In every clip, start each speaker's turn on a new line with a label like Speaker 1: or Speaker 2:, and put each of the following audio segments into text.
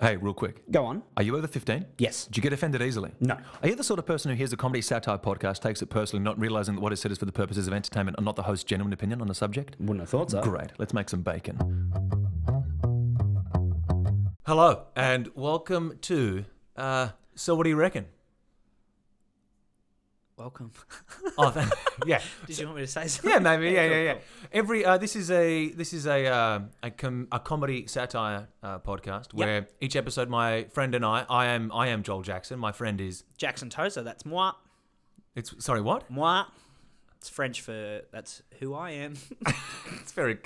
Speaker 1: Hey, real quick.
Speaker 2: Go on.
Speaker 1: Are you over 15?
Speaker 2: Yes.
Speaker 1: Do you get offended easily?
Speaker 2: No.
Speaker 1: Are you the sort of person who hears a comedy satire podcast, takes it personally, not realizing that what is said is for the purposes of entertainment and not the host's genuine opinion on the subject?
Speaker 2: Wouldn't have thought so.
Speaker 1: Great. Let's make some bacon.
Speaker 3: Hello and welcome to. Uh, so, what do you reckon?
Speaker 4: Welcome.
Speaker 3: Oh, thank yeah,
Speaker 4: Did you want me to say something?
Speaker 3: yeah, maybe, yeah, yeah, yeah. Every uh, this is a this is a uh, a, com- a comedy satire uh, podcast where each episode, my friend and I, I am I am Joel Jackson. My friend is
Speaker 4: Jackson Tozer, that's moi.
Speaker 3: it's sorry what?
Speaker 4: Moi. It's French for that's who I am.
Speaker 3: It's very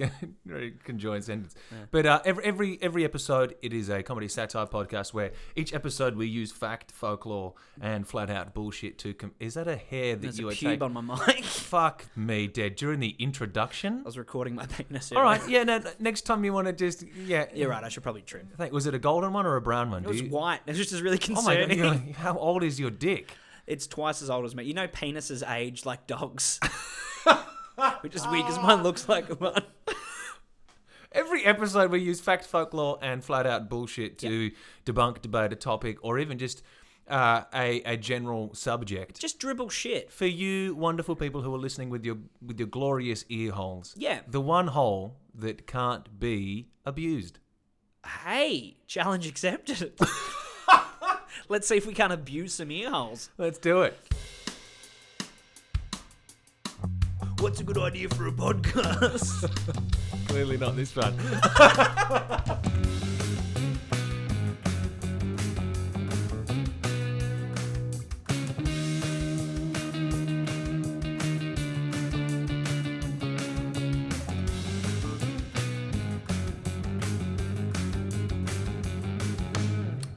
Speaker 3: very conjoined sentence. But uh, every every every episode, it is a comedy satire podcast where each episode we use fact, folklore, and flat out bullshit to. Com- is that a hair that
Speaker 4: There's a
Speaker 3: you
Speaker 4: pube
Speaker 3: are taking?
Speaker 4: on my mic.
Speaker 3: Fuck me, dead during the introduction.
Speaker 4: I was recording my penis.
Speaker 3: All
Speaker 4: earlier.
Speaker 3: right, yeah. No, no, next time you want to just yeah.
Speaker 4: You're right, I should probably trim.
Speaker 3: I think- was it a golden one or a brown one?
Speaker 4: It
Speaker 3: Do
Speaker 4: was
Speaker 3: you-
Speaker 4: white. It was just really
Speaker 3: oh my god!
Speaker 4: concerning.
Speaker 3: you're like, how old is your dick?
Speaker 4: It's twice as old as me. You know penises age like dogs. Which is weird because mine looks like one.
Speaker 3: Every episode we use fact, folklore, and flat out bullshit to debunk, debate a topic, or even just uh, a a general subject.
Speaker 4: Just dribble shit.
Speaker 3: For you wonderful people who are listening with your with your glorious ear holes,
Speaker 4: Yeah.
Speaker 3: the one hole that can't be abused.
Speaker 4: Hey, challenge accepted. Let's see if we can't abuse some ear holes.
Speaker 3: Let's do it.
Speaker 4: What's a good idea for a podcast?
Speaker 3: Clearly not this one.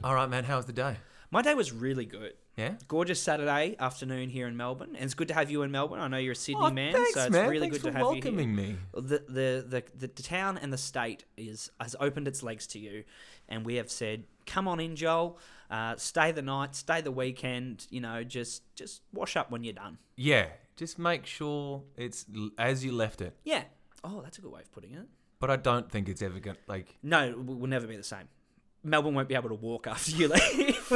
Speaker 3: All right, man. How was the day?
Speaker 4: My day was really good.
Speaker 3: Yeah.
Speaker 4: Gorgeous Saturday afternoon here in Melbourne, and it's good to have you in Melbourne. I know you're a Sydney
Speaker 3: Oh,
Speaker 4: man,
Speaker 3: thanks,
Speaker 4: so it's
Speaker 3: man.
Speaker 4: really
Speaker 3: thanks for
Speaker 4: good to have you here.
Speaker 3: welcoming me.
Speaker 4: The, the the the the town and the state is has opened its legs to you, and we have said, come on in, Joel. Uh, stay the night, stay the weekend. You know, just just wash up when you're done.
Speaker 3: Yeah. Just make sure it's l- as you left it.
Speaker 4: Yeah. Oh, that's a good way of putting it.
Speaker 3: But I don't think it's ever gonna like.
Speaker 4: No, it will never be the same. Melbourne won't be able to walk after you leave.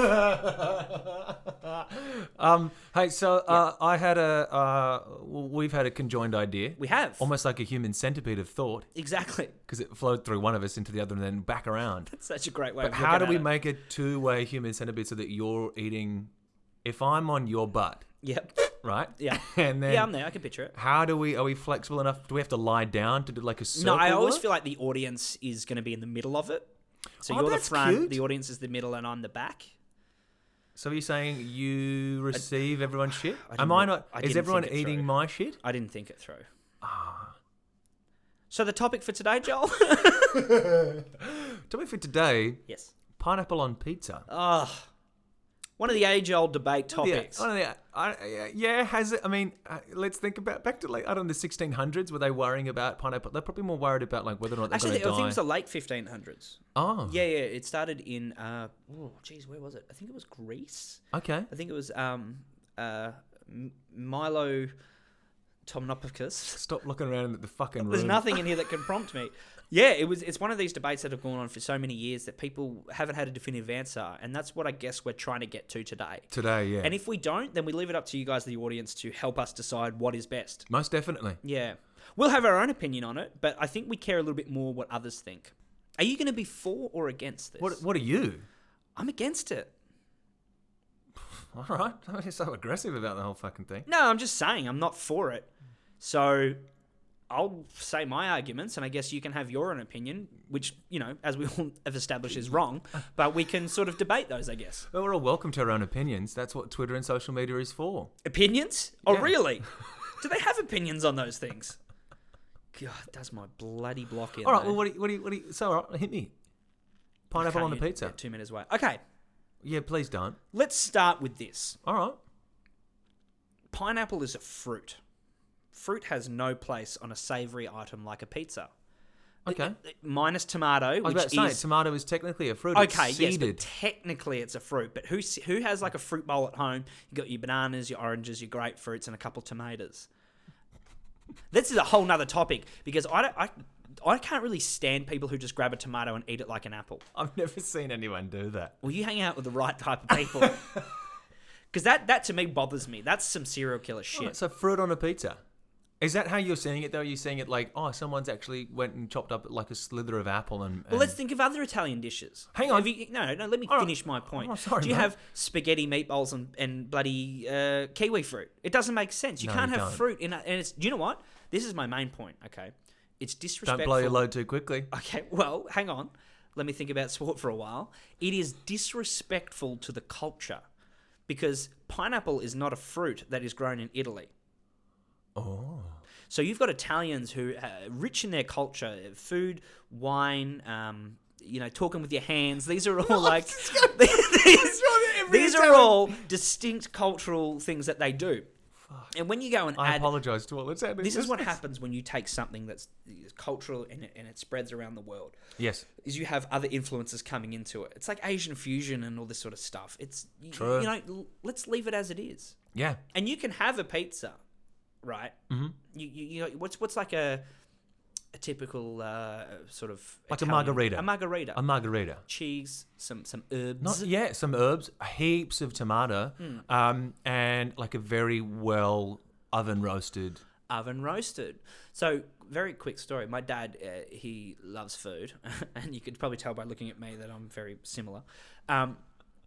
Speaker 3: um, hey, so uh, I had a uh, w- we've had a conjoined idea,
Speaker 4: we have
Speaker 3: almost like a human centipede of thought,
Speaker 4: exactly.
Speaker 3: because it flowed through one of us into the other and then back around.
Speaker 4: That's such a great way.
Speaker 3: But
Speaker 4: of
Speaker 3: how
Speaker 4: looking
Speaker 3: do
Speaker 4: at
Speaker 3: we
Speaker 4: it.
Speaker 3: make a two-way human centipede so that you're eating? If I'm on your butt,
Speaker 4: Yep.
Speaker 3: right?
Speaker 4: Yeah.
Speaker 3: And then
Speaker 4: Yeah, I'm there. I can picture it.
Speaker 3: how do we? Are we flexible enough? Do we have to lie down to do like a
Speaker 4: No,
Speaker 3: circle?
Speaker 4: I always
Speaker 3: work?
Speaker 4: feel like the audience is going to be in the middle of it. So
Speaker 3: Oh,
Speaker 4: you're the
Speaker 3: that's
Speaker 4: front,
Speaker 3: cute.
Speaker 4: the audience is the middle, and I'm the back.
Speaker 3: So are you saying you receive everyone's shit?
Speaker 4: I
Speaker 3: Am
Speaker 4: didn't
Speaker 3: I
Speaker 4: re-
Speaker 3: not?
Speaker 4: I didn't
Speaker 3: is
Speaker 4: think
Speaker 3: everyone
Speaker 4: it
Speaker 3: eating
Speaker 4: through.
Speaker 3: my shit?
Speaker 4: I didn't think it through. So the topic for today, Joel?
Speaker 3: Topic for today:
Speaker 4: yes.
Speaker 3: pineapple on pizza.
Speaker 4: Ah, one of the age-old debate topics.
Speaker 3: Yeah, I don't know, I- I- yeah, has it? I mean, uh, let's think about back to like I don't know the 1600s. Were they worrying about pineapple? They're probably more worried about like whether or not they're
Speaker 4: Actually, I
Speaker 3: going
Speaker 4: think it
Speaker 3: to die.
Speaker 4: was the late 1500s.
Speaker 3: oh,
Speaker 4: Yeah, yeah. It started in. Uh, oh, geez, where was it? I think it was Greece.
Speaker 3: okay.
Speaker 4: I think it was um, uh, M- Milo Tomnopicus.
Speaker 3: Stop looking around at the fucking room.
Speaker 4: There's nothing in here that can prompt me. Yeah, it was. It's one of these debates that have gone on for so many years that people haven't had a definitive answer, and that's what I guess we're trying to get to today.
Speaker 3: today. Yeah,
Speaker 4: And if we don't, then we leave it up to you guys, the audience, to help us decide what is best.
Speaker 3: most definitely.
Speaker 4: Yeah, we'll have our own opinion on it, but I think we care a little bit more what others think. Are you going to be for or against this?
Speaker 3: What What are you?
Speaker 4: I'm against it.
Speaker 3: All right, you're so aggressive about the whole fucking thing.
Speaker 4: No, I'm just saying I'm not for it. So I'll say my arguments, and I guess you can have your own opinion, which you know, as we all have established, is wrong. But we can sort of debate those, I guess.
Speaker 3: Well, we're all welcome to our own opinions. That's what Twitter and social media is for.
Speaker 4: Opinions? Oh,
Speaker 3: Yeah.
Speaker 4: really? Do they have opinions on those things? God, does my bloody block in?
Speaker 3: All right.
Speaker 4: though.
Speaker 3: Well, what do you, what do you, what do you, so all right, hit me. Pineapple on the
Speaker 4: Can't you-
Speaker 3: pizza.
Speaker 4: Two minutes away. Okay,
Speaker 3: Yeah, please don't.
Speaker 4: let's start with this.
Speaker 3: All right.
Speaker 4: Pineapple is a fruit. Fruit has no place on a savory item like a pizza.
Speaker 3: Okay.
Speaker 4: Minus tomato,
Speaker 3: I was
Speaker 4: which
Speaker 3: about to say,
Speaker 4: is
Speaker 3: tomato is technically a fruit. It's
Speaker 4: Okay, yes, but
Speaker 3: seeded.
Speaker 4: technically it's a fruit. But who s- who has like a fruit bowl at home? You got your bananas, your oranges, your grapefruits, and a couple tomatoes. This is a whole nother topic because I don't. I, I can't really stand people who just grab a tomato and eat it like an apple.
Speaker 3: I've never seen anyone do that.
Speaker 4: Well, you hang out with the right type of people. Because that, that to me bothers me. That's some serial killer shit.
Speaker 3: So fruit on a pizza. Is that how you're seeing it though? Are you seeing it like, oh, someone's actually went and chopped up like a slither of apple and,
Speaker 4: Well,
Speaker 3: and-
Speaker 4: let's think of other Italian dishes.
Speaker 3: Hang on.
Speaker 4: Have you- no, no, let me
Speaker 3: right.
Speaker 4: finish my point.
Speaker 3: Oh, sorry,
Speaker 4: Do you
Speaker 3: mate.
Speaker 4: have spaghetti meatballs and, and bloody uh, kiwi fruit? It doesn't make sense. You
Speaker 3: No,
Speaker 4: can't
Speaker 3: you
Speaker 4: have
Speaker 3: don't.
Speaker 4: fruit in a, and it's. You know what? This is my main point. Okay, it's disrespectful.
Speaker 3: don't blow your load too quickly.
Speaker 4: Okay, well, hang on. Let me think about sport for a while. It is disrespectful to the culture because pineapple is not a fruit that is grown in Italy.
Speaker 3: Oh.
Speaker 4: So you've got Italians who are rich in their culture, food, wine, um, you know, talking with your hands. These are all like these,
Speaker 3: every
Speaker 4: these are
Speaker 3: Italian-
Speaker 4: all distinct cultural things that they do. And when you go and
Speaker 3: I
Speaker 4: add
Speaker 3: apologize to all. It's happening.
Speaker 4: this is what
Speaker 3: It's-
Speaker 4: happens when you take something that's cultural and it, and it spreads around the world
Speaker 3: Yes.
Speaker 4: is you have other influences coming into it. It's like Asian fusion and all this sort of stuff. It's you,
Speaker 3: True.
Speaker 4: you know, l- let's leave it as it is.
Speaker 3: Yeah.
Speaker 4: And you can have a pizza, right? Mm-hmm. You, you you know what's what's like a a typical uh, sort of
Speaker 3: Like a
Speaker 4: Italian-
Speaker 3: margarita.
Speaker 4: a margarita,
Speaker 3: A margarita.
Speaker 4: cheese, some some herbs.
Speaker 3: Not yeah, some herbs, heaps of tomato,
Speaker 4: Hmm.
Speaker 3: um, and like a very well oven roasted.
Speaker 4: oven roasted. So, very quick story. My dad, uh, he loves food, and you could probably tell by looking at me that I'm very similar. Um,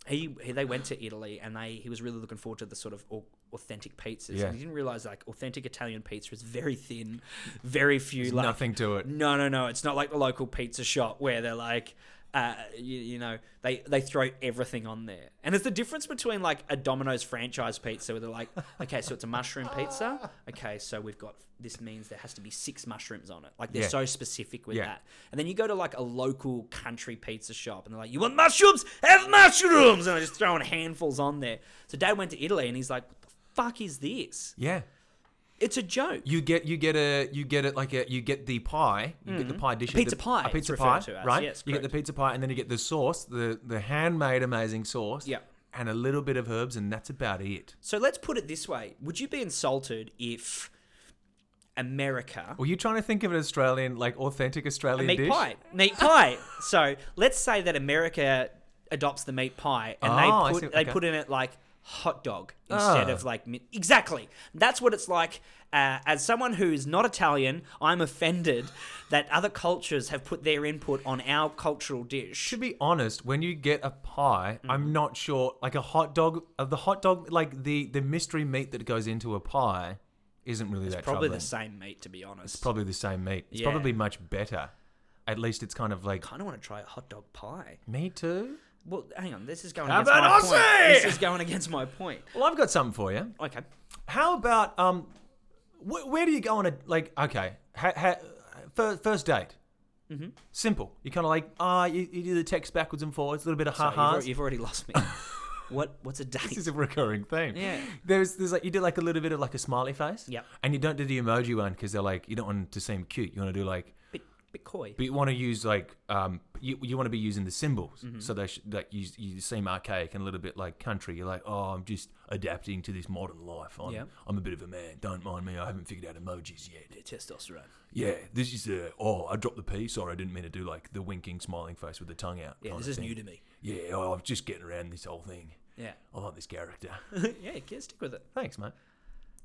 Speaker 4: he, he they went to Italy, and they he was really looking forward to the sort of au- authentic pizzas.
Speaker 3: Yeah.
Speaker 4: And he didn't realize like authentic Italian pizza is very thin, very few like
Speaker 3: nothing to it.
Speaker 4: no, no, no. It's not like the local pizza shop where they're like, uh, you, you know, they they throw everything on there. And it's the difference between like a Domino's franchise pizza where they're like, okay, so it's a mushroom pizza. Okay, so we've got this means there has to be six mushrooms on it. Like they're
Speaker 3: Yeah.
Speaker 4: so specific with
Speaker 3: Yeah.
Speaker 4: that. And then you go to like a local country pizza shop and they're like, you want mushrooms? Have mushrooms! And they're just throwing handfuls on there. So dad went to Italy and he's like, what the fuck is this?
Speaker 3: Yeah.
Speaker 4: It's a joke.
Speaker 3: You get you get a you get it like a you get the pie you get the pie dish you
Speaker 4: Mm-hmm. Pizza
Speaker 3: get-
Speaker 4: pie
Speaker 3: a
Speaker 4: it's
Speaker 3: pizza
Speaker 4: referred
Speaker 3: pie
Speaker 4: to as,
Speaker 3: right
Speaker 4: yes,
Speaker 3: you get the
Speaker 4: correct.
Speaker 3: pizza pie and then you get the sauce the the handmade amazing sauce
Speaker 4: Yeah.
Speaker 3: and a little bit of herbs and that's about it
Speaker 4: So let's put it this way: Would you be insulted if America
Speaker 3: were you trying to think of an Australian like authentic Australian
Speaker 4: meat
Speaker 3: dish
Speaker 4: pie, meat pie? So let's say that America adopts the meat pie, and
Speaker 3: Oh, I
Speaker 4: they put
Speaker 3: see.
Speaker 4: they
Speaker 3: Okay.
Speaker 4: put in it like hot dog instead
Speaker 3: Ah.
Speaker 4: of like meat. exactly. That's what it's like. Uh, as someone who is not Italian, I'm offended that other cultures have put their input on our cultural dish.
Speaker 3: to be honest, when you get a pie,
Speaker 4: Mm-hmm.
Speaker 3: I'm not sure. Like a hot dog, of the hot dog, like the the mystery meat that goes into a pie, isn't really that
Speaker 4: Probably
Speaker 3: troubling.
Speaker 4: the same meat, to be honest.
Speaker 3: probably the same meat. It's
Speaker 4: Yeah.
Speaker 3: probably much better. At least it's kind of like
Speaker 4: kind of want to try a hot dog pie.
Speaker 3: me too.
Speaker 4: Well, hang on. This is going
Speaker 3: How
Speaker 4: against my
Speaker 3: about Aussie?
Speaker 4: point. This is going against my point.
Speaker 3: Well, I've got something for you.
Speaker 4: Okay.
Speaker 3: How about um, wh- where do you go on a like? Okay, ha- ha- first, first date. Mm-hmm. Simple. You kind of like ah, you, you do the text backwards and forwards, a little bit of ha
Speaker 4: Sorry, you've al-
Speaker 3: ha's.
Speaker 4: you've, already lost me. what? What's a date?
Speaker 3: This is a recurring theme.
Speaker 4: Yeah.
Speaker 3: There's there's like you do like a little bit of like a smiley face.
Speaker 4: Yep.
Speaker 3: And you don't do the emoji one because they're like you don't want to seem cute. You want to do like,
Speaker 4: bit, bit coy.
Speaker 3: but you want to use like um you, you want to be using the symbols
Speaker 4: Mm-hmm.
Speaker 3: so they sh- like you you seem archaic and a little bit like country. You're like oh I'm just adapting to this modern life. I'm
Speaker 4: Yeah.
Speaker 3: I'm a bit of a man. Don't mind me. I haven't figured out emojis yet.
Speaker 4: Bit testosterone.
Speaker 3: Yeah. This is uh oh I dropped the P. Sorry I didn't mean to do like the winking smiling face with the tongue out.
Speaker 4: Yeah,
Speaker 3: kind
Speaker 4: this
Speaker 3: of
Speaker 4: is
Speaker 3: thing.
Speaker 4: new to me.
Speaker 3: Yeah. Oh, I'm just getting around this whole thing.
Speaker 4: Yeah.
Speaker 3: I like this character.
Speaker 4: yeah. Can stick with it.
Speaker 3: Thanks, mate.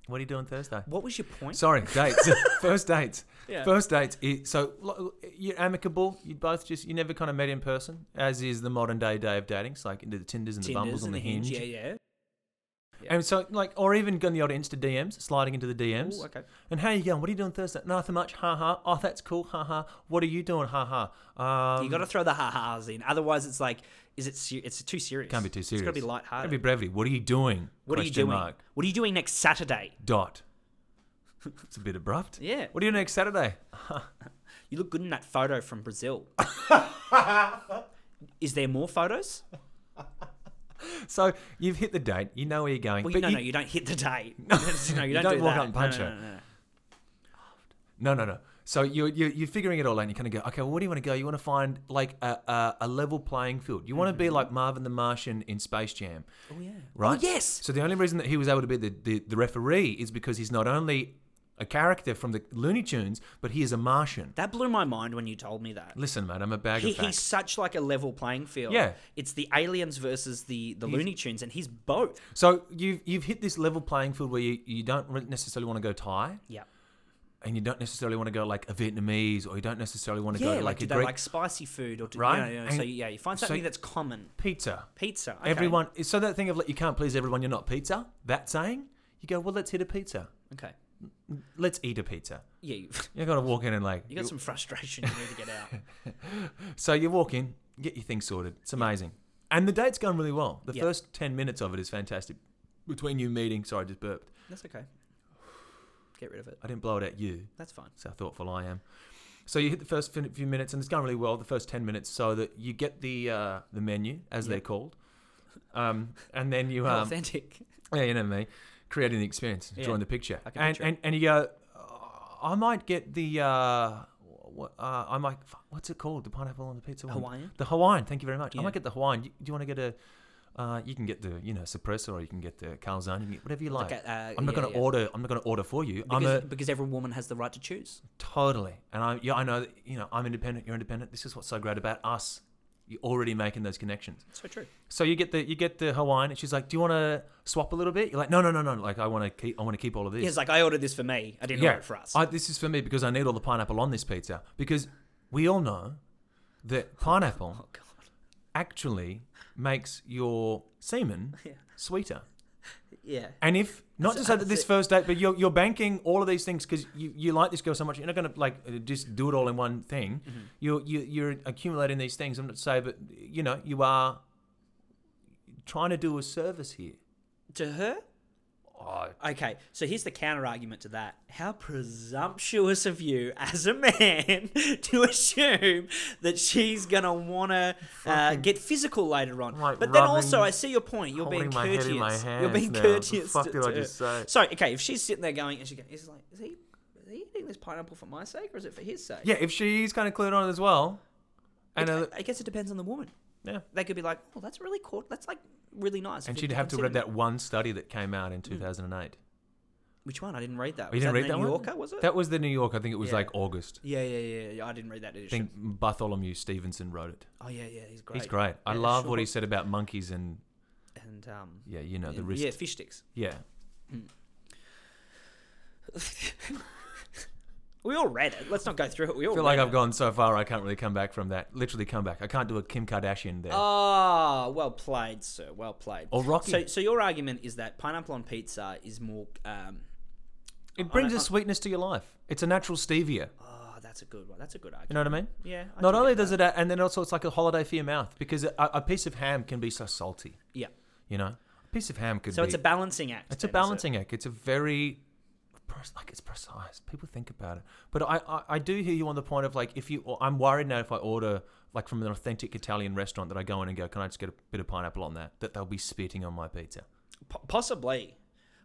Speaker 3: What are you doing Thursday?
Speaker 4: What was your point?
Speaker 3: Sorry, dates. First dates.
Speaker 4: Yeah.
Speaker 3: First dates. It, so lo- you're amicable. You both just you never kind of met in person, as is the modern day day of dating. It's like the Tinders and the
Speaker 4: Tinders
Speaker 3: Bumbles and
Speaker 4: and
Speaker 3: the Hinge.
Speaker 4: Yeah, yeah.
Speaker 3: And so like, or even going the odd Insta DMs, sliding into the DMs.
Speaker 4: Ooh, okay.
Speaker 3: And how you going? What are you doing Thursday? Nothing much. Ha ha. Oh, that's cool. Ha ha. What are you doing? Ha ha. Um,
Speaker 4: you got to throw the ha-has in, otherwise it's like, is it? Ser- it's too serious.
Speaker 3: can't be too serious.
Speaker 4: It's got to be
Speaker 3: Gotta
Speaker 4: lighthearted.
Speaker 3: be brevity. What are you doing?
Speaker 4: what are you
Speaker 3: Question
Speaker 4: doing?
Speaker 3: Mark.
Speaker 4: What are you doing next Saturday?
Speaker 3: Dot. It's a bit abrupt.
Speaker 4: Yeah.
Speaker 3: What are you doing next Saturday?
Speaker 4: You look good in that photo from Brazil. is there more photos?
Speaker 3: So you've hit the date. You know where you're going.
Speaker 4: Well,
Speaker 3: but
Speaker 4: no,
Speaker 3: you,
Speaker 4: no, you don't hit the date. no, you
Speaker 3: You
Speaker 4: don't,
Speaker 3: don't
Speaker 4: do
Speaker 3: walk
Speaker 4: that.
Speaker 3: up and punch
Speaker 4: no,
Speaker 3: her.
Speaker 4: No, no, no.
Speaker 3: No, no, no. So you're, you're, you're figuring it all out and you kind of go, okay, well, where do you want to go? You want to find like a, a, a level playing field. You want to be like Marvin the Martian in Space Jam,
Speaker 4: Mm-hmm. Oh yeah.
Speaker 3: right?
Speaker 4: yes.
Speaker 3: So the only reason that he was able to be the, the, the referee is because he's not only a character from the Looney Tunes, but he is a Martian.
Speaker 4: That blew my mind when you told me that.
Speaker 3: Listen, mate, I'm a bag
Speaker 4: He,
Speaker 3: of
Speaker 4: he's
Speaker 3: facts.
Speaker 4: such like a level playing field.
Speaker 3: Yeah.
Speaker 4: It's the aliens versus the, the Looney Tunes, and he's both.
Speaker 3: So you've you've hit this level playing field where you, you don't re- necessarily want to go Thai,
Speaker 4: Yeah.
Speaker 3: and you don't necessarily want to go like a Vietnamese, or you don't necessarily want to
Speaker 4: Yeah,
Speaker 3: go
Speaker 4: like,
Speaker 3: like
Speaker 4: do
Speaker 3: a
Speaker 4: they
Speaker 3: Greek
Speaker 4: like spicy food or do,
Speaker 3: Right,
Speaker 4: you know,
Speaker 3: and-
Speaker 4: so yeah, you find
Speaker 3: so-
Speaker 4: something that's common.
Speaker 3: pizza.
Speaker 4: Pizza. okay.
Speaker 3: Everyone, so that thing of like you can't please everyone, you're not pizza. That saying, you go well, let's hit a pizza.
Speaker 4: Okay.
Speaker 3: Let's eat a pizza.
Speaker 4: Yeah, you,
Speaker 3: You're gonna walk in and like
Speaker 4: you got some frustration you need to get out.
Speaker 3: So you walk in, get your thing sorted. It's amazing. And the date's gone really well. The
Speaker 4: Yeah.
Speaker 3: first 10 minutes of it is fantastic. Between you meeting, sorry, I just burped.
Speaker 4: That's okay. Get rid of it.
Speaker 3: I didn't blow it at you.
Speaker 4: That's fine.
Speaker 3: That's how thoughtful I am. So you hit the first fin- few minutes, and it's gone really well. The first 10 minutes, so that you get the uh, the menu, as
Speaker 4: Yeah.
Speaker 3: they're called. Um, and then you
Speaker 4: How
Speaker 3: um,
Speaker 4: authentic.
Speaker 3: Yeah, you know me. Creating the experience,
Speaker 4: Yeah.
Speaker 3: drawing the picture,
Speaker 4: I can
Speaker 3: and,
Speaker 4: picture it.
Speaker 3: and and you go. "Oh, I might get the uh, what uh, I might fuck, what's it called? The pineapple on the pizza. one?
Speaker 4: Hawaiian?
Speaker 3: The Hawaiian. Thank you very much. I
Speaker 4: Yeah.
Speaker 3: might get the Hawaiian. You- Do you want to get a? Uh, you can get the you know suppressor, or you can get the calzone. You can get whatever you like.
Speaker 4: Like a- uh,
Speaker 3: I'm not
Speaker 4: yeah,
Speaker 3: going to
Speaker 4: yeah.
Speaker 3: order. I'm not going to order for you. I'm
Speaker 4: Because,
Speaker 3: a
Speaker 4: because every woman has the right to choose.
Speaker 3: totally. And I yeah I know that, you know I'm independent. You're independent. This is what's so great about us. You're already making those connections.
Speaker 4: So true.
Speaker 3: So you get the you get the Hawaiian, and she's like, "Do you want to swap a little bit?" You're like, "No, no, no, no! Like, I want to keep I want to keep all of this.
Speaker 4: He's like, I ordered this for me. I didn't order it for us.
Speaker 3: I, this is for me because I need all the pineapple on this pizza because we all know that pineapple
Speaker 4: oh god.
Speaker 3: actually makes your semen
Speaker 4: Yeah.
Speaker 3: sweeter.
Speaker 4: Yeah.
Speaker 3: And if not
Speaker 4: So-
Speaker 3: to say that this
Speaker 4: so-
Speaker 3: first date, but you're, you're banking all of these things because you, you like this girl so much, you're not going to like uh, just do it all in one thing.
Speaker 4: Mm-hmm.
Speaker 3: You're you, you're accumulating these things. I'm not to say, but you know, you are trying to do a service here.
Speaker 4: To her?
Speaker 3: Oh,
Speaker 4: Okay, so here's the counter argument to that. How presumptuous of you as a man to assume that she's going to want to uh,
Speaker 3: Fucking-
Speaker 4: get physical later on.
Speaker 3: like
Speaker 4: but then
Speaker 3: rubbing-
Speaker 4: also, I see your point. You're being
Speaker 3: holding my head
Speaker 4: courteous.
Speaker 3: in my
Speaker 4: You're being
Speaker 3: hands now.
Speaker 4: courteous.
Speaker 3: The fuck
Speaker 4: to-
Speaker 3: did I
Speaker 4: to-
Speaker 3: just say?
Speaker 4: Sorry, okay, if she's sitting there going, and she goes, is, like, is, he, is he eating this pineapple for my sake or is it for his sake?
Speaker 3: Yeah, if she's kind of clued on it as well, and
Speaker 4: I,
Speaker 3: uh,
Speaker 4: I guess it depends on the woman.
Speaker 3: yeah,
Speaker 4: They could be like, oh, that's really cool. That's like really nice.
Speaker 3: and
Speaker 4: if
Speaker 3: she'd
Speaker 4: you
Speaker 3: have to read
Speaker 4: consider Hmm. it."
Speaker 3: that one study that came out in 2008.
Speaker 4: Which one? I didn't read that.
Speaker 3: Oh, you
Speaker 4: Was
Speaker 3: didn't
Speaker 4: that
Speaker 3: read
Speaker 4: the
Speaker 3: that
Speaker 4: New
Speaker 3: one?
Speaker 4: Yorker, was it?
Speaker 3: That was the New York. I think it was
Speaker 4: Yeah.
Speaker 3: like August.
Speaker 4: yeah, yeah, yeah, yeah. I didn't read that
Speaker 3: I
Speaker 4: edition.
Speaker 3: think Bartholomew Stevenson wrote it.
Speaker 4: Oh yeah, yeah, he's great.
Speaker 3: He's great. I
Speaker 4: Yeah,
Speaker 3: love what
Speaker 4: sure.
Speaker 3: he said about monkeys and
Speaker 4: And um,
Speaker 3: yeah, you know the
Speaker 4: and-
Speaker 3: wrist.
Speaker 4: yeah,
Speaker 3: Yeah.
Speaker 4: fish sticks. We all read it. Let's not go through it. We all
Speaker 3: I feel
Speaker 4: read
Speaker 3: like I've
Speaker 4: it.
Speaker 3: gone so far, I can't really come back from that. Literally come back. I can't do a Kim Kardashian there.
Speaker 4: Ah, well played, sir. Well played.
Speaker 3: Or Rocky.
Speaker 4: So, so your argument is that pineapple on pizza is more. Um,
Speaker 3: it brings
Speaker 4: I-
Speaker 3: a sweetness to your life. It's a natural stevia.
Speaker 4: oh, that's a good one. That's a good
Speaker 3: You
Speaker 4: argument.
Speaker 3: know what I mean?
Speaker 4: Yeah. I
Speaker 3: Not
Speaker 4: do
Speaker 3: only
Speaker 4: get
Speaker 3: does
Speaker 4: that.
Speaker 3: it, add- and then also it's like a holiday for your mouth because a, a piece of ham can be so salty.
Speaker 4: Yeah.
Speaker 3: You know, a piece of ham could
Speaker 4: So
Speaker 3: be.
Speaker 4: it's a balancing act.
Speaker 3: It's a
Speaker 4: then, is it?
Speaker 3: balancing act. It's a very pres- like it's precise. People think about it, but I, I I do hear you on the point of like if you or I'm worried now if I order like from an authentic Italian restaurant that I go in and go, can I just get a bit of pineapple on that? That they'll be spitting on my pizza.
Speaker 4: Po- possibly,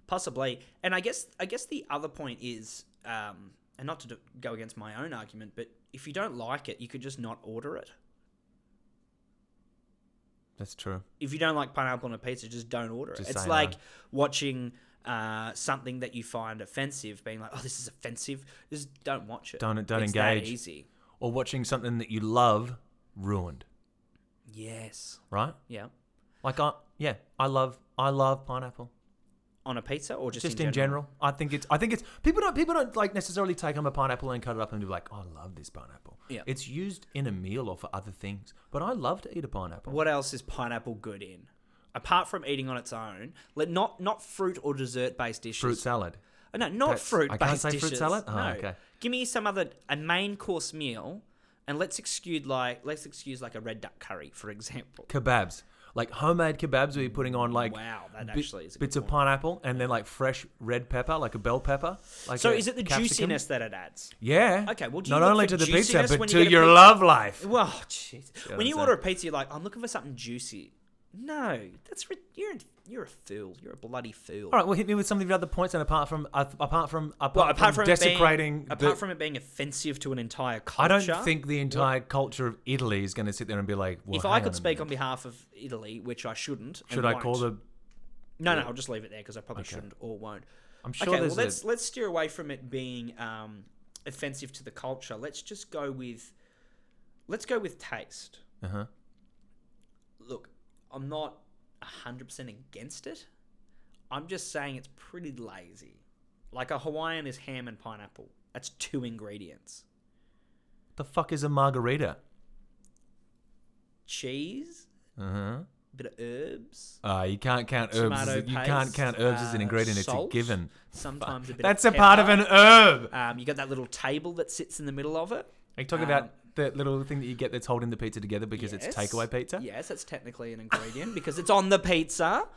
Speaker 4: possibly. And I guess I guess the other point is, um, and not to do, go against my own argument, but if you don't like it, you could just not order it.
Speaker 3: That's true.
Speaker 4: if you don't like pineapple on a pizza, just don't order it.
Speaker 3: Just
Speaker 4: it's
Speaker 3: say
Speaker 4: like
Speaker 3: no.
Speaker 4: watching uh, something that you find offensive, being like, "Oh, this is offensive." Just don't watch it.
Speaker 3: Don't- don't
Speaker 4: it's that
Speaker 3: engage.
Speaker 4: easy.
Speaker 3: Or watching something that you love ruined,
Speaker 4: Yes.
Speaker 3: right?
Speaker 4: Yeah.
Speaker 3: Like I yeah, I love I love pineapple.
Speaker 4: On a pizza or just,
Speaker 3: Just, in, general. I think it's I think it's people don't people don't like necessarily take him a pineapple and cut it up and be like, oh, I love this pineapple.
Speaker 4: Yeah.
Speaker 3: It's used in a meal or for other things. But I love to eat a pineapple.
Speaker 4: What else is pineapple good in? Apart from eating on its own, let not not fruit or dessert based dishes.
Speaker 3: Fruit salad.
Speaker 4: Oh, No, not
Speaker 3: That's-
Speaker 4: fruit
Speaker 3: I can't
Speaker 4: based
Speaker 3: say
Speaker 4: dishes.
Speaker 3: fruit salad? Oh,
Speaker 4: no.
Speaker 3: okay.
Speaker 4: Give me some other a main course meal, and let's exclude like let's excuse like a red duck curry for example.
Speaker 3: Kebabs. Like homemade kebabs where you're putting on like
Speaker 4: Wow, that
Speaker 3: bi-
Speaker 4: actually is a good
Speaker 3: bits of
Speaker 4: point.
Speaker 3: pineapple and then like fresh red pepper, like a bell pepper. Like
Speaker 4: So
Speaker 3: a
Speaker 4: is it the
Speaker 3: capsicum.
Speaker 4: juiciness that it adds?
Speaker 3: Yeah.
Speaker 4: Okay, well, do you
Speaker 3: not
Speaker 4: look
Speaker 3: only
Speaker 4: for
Speaker 3: to the pizza,
Speaker 4: juiciness
Speaker 3: but
Speaker 4: when you
Speaker 3: to
Speaker 4: get a
Speaker 3: your
Speaker 4: pizza?
Speaker 3: love life.
Speaker 4: Well, jeez. when
Speaker 3: that's
Speaker 4: you
Speaker 3: it.
Speaker 4: order a pizza, you're like, I'm looking for something juicy. No, that's re- you're you're a fool. You're a bloody fool.
Speaker 3: All right, well, hit me with some of the other points. And apart from uh, apart from apart,
Speaker 4: Well, apart from, it being-
Speaker 3: desecrating, the-
Speaker 4: apart from it being offensive to an entire culture,
Speaker 3: I don't think the entire culture of Italy is going to sit there and be like, well,
Speaker 4: If I
Speaker 3: hang on
Speaker 4: could
Speaker 3: a
Speaker 4: speak on
Speaker 3: minute.
Speaker 4: behalf of Italy, which I shouldn't, and
Speaker 3: should I call
Speaker 4: won't-
Speaker 3: the
Speaker 4: No, no, I'll just leave it there because I probably shouldn't or won't.
Speaker 3: I'm sure
Speaker 4: okay, well
Speaker 3: there's a-
Speaker 4: let's let's steer away from it being um, offensive to the culture. Let's just go with let's go with taste.
Speaker 3: Uh-huh.
Speaker 4: Look, I'm not hundred percent against it. I'm just saying it's pretty lazy. Like a Hawaiian is ham and pineapple. That's two ingredients.
Speaker 3: the fuck is a margarita?
Speaker 4: Cheese,
Speaker 3: Uh-huh.
Speaker 4: bit of herbs,
Speaker 3: Uh, you can't count herbs. As
Speaker 4: tomato
Speaker 3: a, you can't
Speaker 4: paste,
Speaker 3: count herbs as an
Speaker 4: uh,
Speaker 3: ingredient.
Speaker 4: salt,
Speaker 3: It's a given.
Speaker 4: Sometimes a bit.
Speaker 3: That's a
Speaker 4: of
Speaker 3: part of
Speaker 4: pepper.
Speaker 3: an herb.
Speaker 4: Um, you got that little table that sits in the middle of it.
Speaker 3: Are you talking
Speaker 4: Um,
Speaker 3: about the little thing that you get that's holding the pizza together because it's
Speaker 4: Yes.
Speaker 3: takeaway pizza?
Speaker 4: Yes, that's technically an ingredient because it's on the pizza.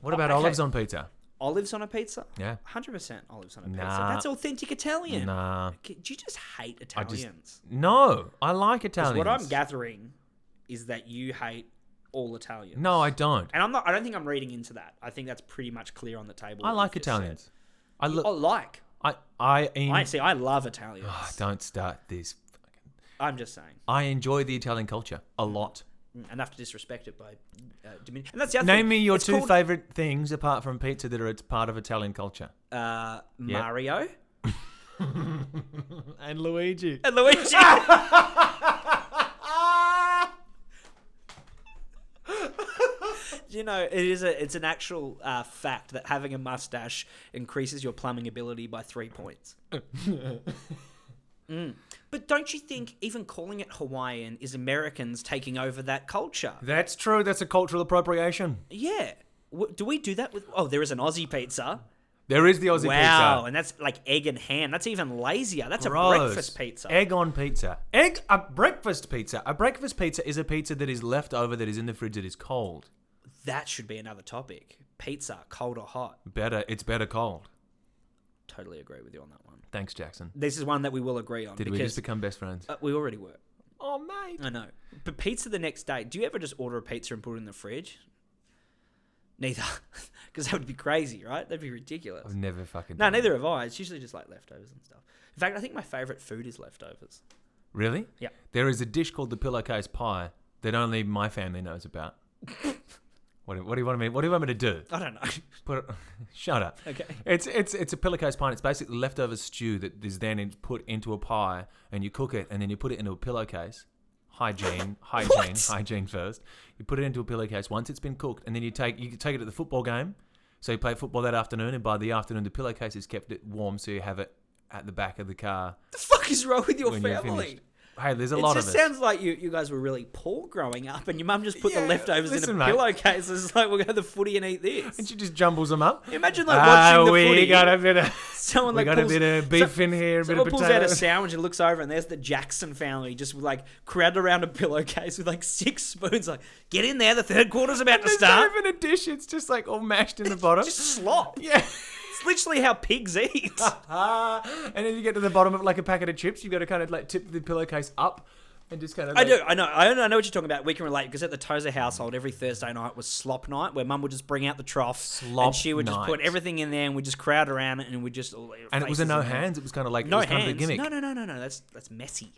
Speaker 3: What about
Speaker 4: okay.
Speaker 3: olives on pizza?
Speaker 4: Olives on a pizza?
Speaker 3: Yeah.
Speaker 4: 100% olives on a pizza.
Speaker 3: Nah.
Speaker 4: That's authentic Italian.
Speaker 3: Nah.
Speaker 4: Do you just hate
Speaker 3: just-
Speaker 4: Italians?
Speaker 3: No, I like Italian.
Speaker 4: what I'm gathering is that you hate all Italians.
Speaker 3: No, I don't.
Speaker 4: And I'm not I don't think I'm reading into that. I think that's pretty much clear on the table.
Speaker 3: I
Speaker 4: what
Speaker 3: like
Speaker 4: you've just said.
Speaker 3: Italians. I
Speaker 4: I
Speaker 3: look.
Speaker 4: like.
Speaker 3: I I, en-
Speaker 4: I see I love Italians.
Speaker 3: Ah, don't start this. fucking-
Speaker 4: I'm just saying.
Speaker 3: I enjoy the Italian culture a lot.
Speaker 4: Mm, Enough to disrespect it by uh, dimin- And that's the other
Speaker 3: Name
Speaker 4: thing.
Speaker 3: me your
Speaker 4: It's
Speaker 3: two
Speaker 4: called,
Speaker 3: favorite things apart from pizza that are it's part of Italian culture.
Speaker 4: uh, Mario
Speaker 3: And Luigi.
Speaker 4: and Luigi. you know it is a it's an actual uh, fact that having a mustache increases your plumbing ability by three points Mm. but don't you think even calling it hawaiian is americans taking over that culture
Speaker 3: That's true. That's a cultural appropriation.
Speaker 4: yeah W- do we do that with oh there is an aussie pizza
Speaker 3: There is the Aussie
Speaker 4: wow
Speaker 3: pizza.
Speaker 4: and that's like egg and ham that's even lazier that's
Speaker 3: Gross.
Speaker 4: a breakfast pizza
Speaker 3: Egg on pizza. Egg a breakfast pizza. A breakfast pizza is a pizza that is left over that is in the fridge that is cold.
Speaker 4: that should be another topic pizza cold or hot
Speaker 3: Better. It's better cold.
Speaker 4: totally agree with you on that one
Speaker 3: Thanks, Jackson.
Speaker 4: this is one that we will agree on
Speaker 3: Did we
Speaker 4: because
Speaker 3: just become best friends?
Speaker 4: uh, we already were
Speaker 3: oh mate.
Speaker 4: I know. But pizza the next day. Do you ever just order a pizza and put it in the fridge? Neither. Because that would be crazy, right? That'd be ridiculous.
Speaker 3: I've never fucking.
Speaker 4: No,
Speaker 3: done
Speaker 4: neither have I. It's usually just like leftovers and stuff. In fact, I think my favorite food is leftovers.
Speaker 3: that. Really?
Speaker 4: Yeah.
Speaker 3: There is a dish called the pillowcase pie that only my family knows about. what, do- what do you want me? What do you want me to do?
Speaker 4: I don't know.
Speaker 3: Put it, shut up.
Speaker 4: Okay.
Speaker 3: It's it's it's a pillowcase pie. And it's basically leftover stew that is then in- put into a pie, and you cook it, and then you put it into a pillowcase. Hygiene, hygiene,
Speaker 4: What?
Speaker 3: hygiene first. You put it into a pillowcase once it's been cooked, and then you take you can take it to the football game. So you play football that afternoon, and by the afternoon the pillowcase is kept warm, so you have it at the back of the car
Speaker 4: the fuck is wrong with your
Speaker 3: when you're finished.
Speaker 4: family?
Speaker 3: Hey, there's a
Speaker 4: It
Speaker 3: lot
Speaker 4: just
Speaker 3: of us.
Speaker 4: sounds like you, you guys were really poor growing up, and your mum just put
Speaker 3: Yeah,
Speaker 4: the leftovers
Speaker 3: listen,
Speaker 4: in a
Speaker 3: mate.
Speaker 4: pillowcase. It's like we'll go to the footy and eat
Speaker 3: And
Speaker 4: this.
Speaker 3: she just jumbles them up.
Speaker 4: Imagine like
Speaker 3: Ah,
Speaker 4: watching the
Speaker 3: we
Speaker 4: footy.
Speaker 3: got a bit of,
Speaker 4: someone
Speaker 3: we
Speaker 4: like
Speaker 3: got
Speaker 4: pulls-
Speaker 3: a bit of beef in here, a bit
Speaker 4: Someone
Speaker 3: of
Speaker 4: pulls out a
Speaker 3: potato.
Speaker 4: sandwich and looks over, and there's the Jackson family just like crowded around a pillowcase with like six spoons. Like, get in there, the third quarter's about to
Speaker 3: It's not
Speaker 4: start.
Speaker 3: even a dish. It's just like all mashed in the bottom.
Speaker 4: Just slop.
Speaker 3: Yeah.
Speaker 4: It's literally how pigs eat.
Speaker 3: Ah, and then you get to the bottom of like a packet of chips. You've got to kind of like tip the pillowcase up and just kind of.
Speaker 4: I
Speaker 3: like-
Speaker 4: do. I know. I know. I know what you're talking about. We can relate because at the Tozer household, every Thursday night was slop night, where Mum would just bring out the trough
Speaker 3: Slop
Speaker 4: and she would just put
Speaker 3: night.
Speaker 4: everything in there, and we'd just crowd around it, and we'd just
Speaker 3: And it was a no hands. It was kind of like
Speaker 4: No
Speaker 3: it was kind of
Speaker 4: hands.
Speaker 3: the gimmick.
Speaker 4: no, no, no, no, no. That's that's messy.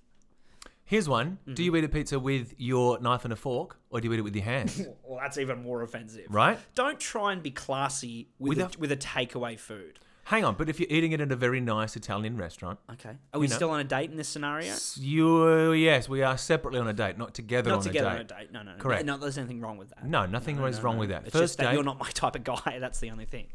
Speaker 3: Here's one.
Speaker 4: Mm-hmm.
Speaker 3: Do you eat a pizza with your knife and a fork, or do you eat it with your hands?
Speaker 4: Well, that's even more offensive.
Speaker 3: right.
Speaker 4: Don't try and be classy with
Speaker 3: With
Speaker 4: a, with a takeaway food.
Speaker 3: Hang on, but if you're eating it in a very nice Italian restaurant,
Speaker 4: Okay. Are we
Speaker 3: know.
Speaker 4: still on a date in this scenario?
Speaker 3: you yes, we are separately on a date, not together,
Speaker 4: Not
Speaker 3: on,
Speaker 4: together
Speaker 3: a
Speaker 4: on a
Speaker 3: date.
Speaker 4: date. No, no, no.
Speaker 3: Correct.
Speaker 4: No, there's anything wrong with that.
Speaker 3: No, nothing is wrong with that.
Speaker 4: It's
Speaker 3: First
Speaker 4: just that
Speaker 3: date,
Speaker 4: you're not my type of guy. That's the only thing.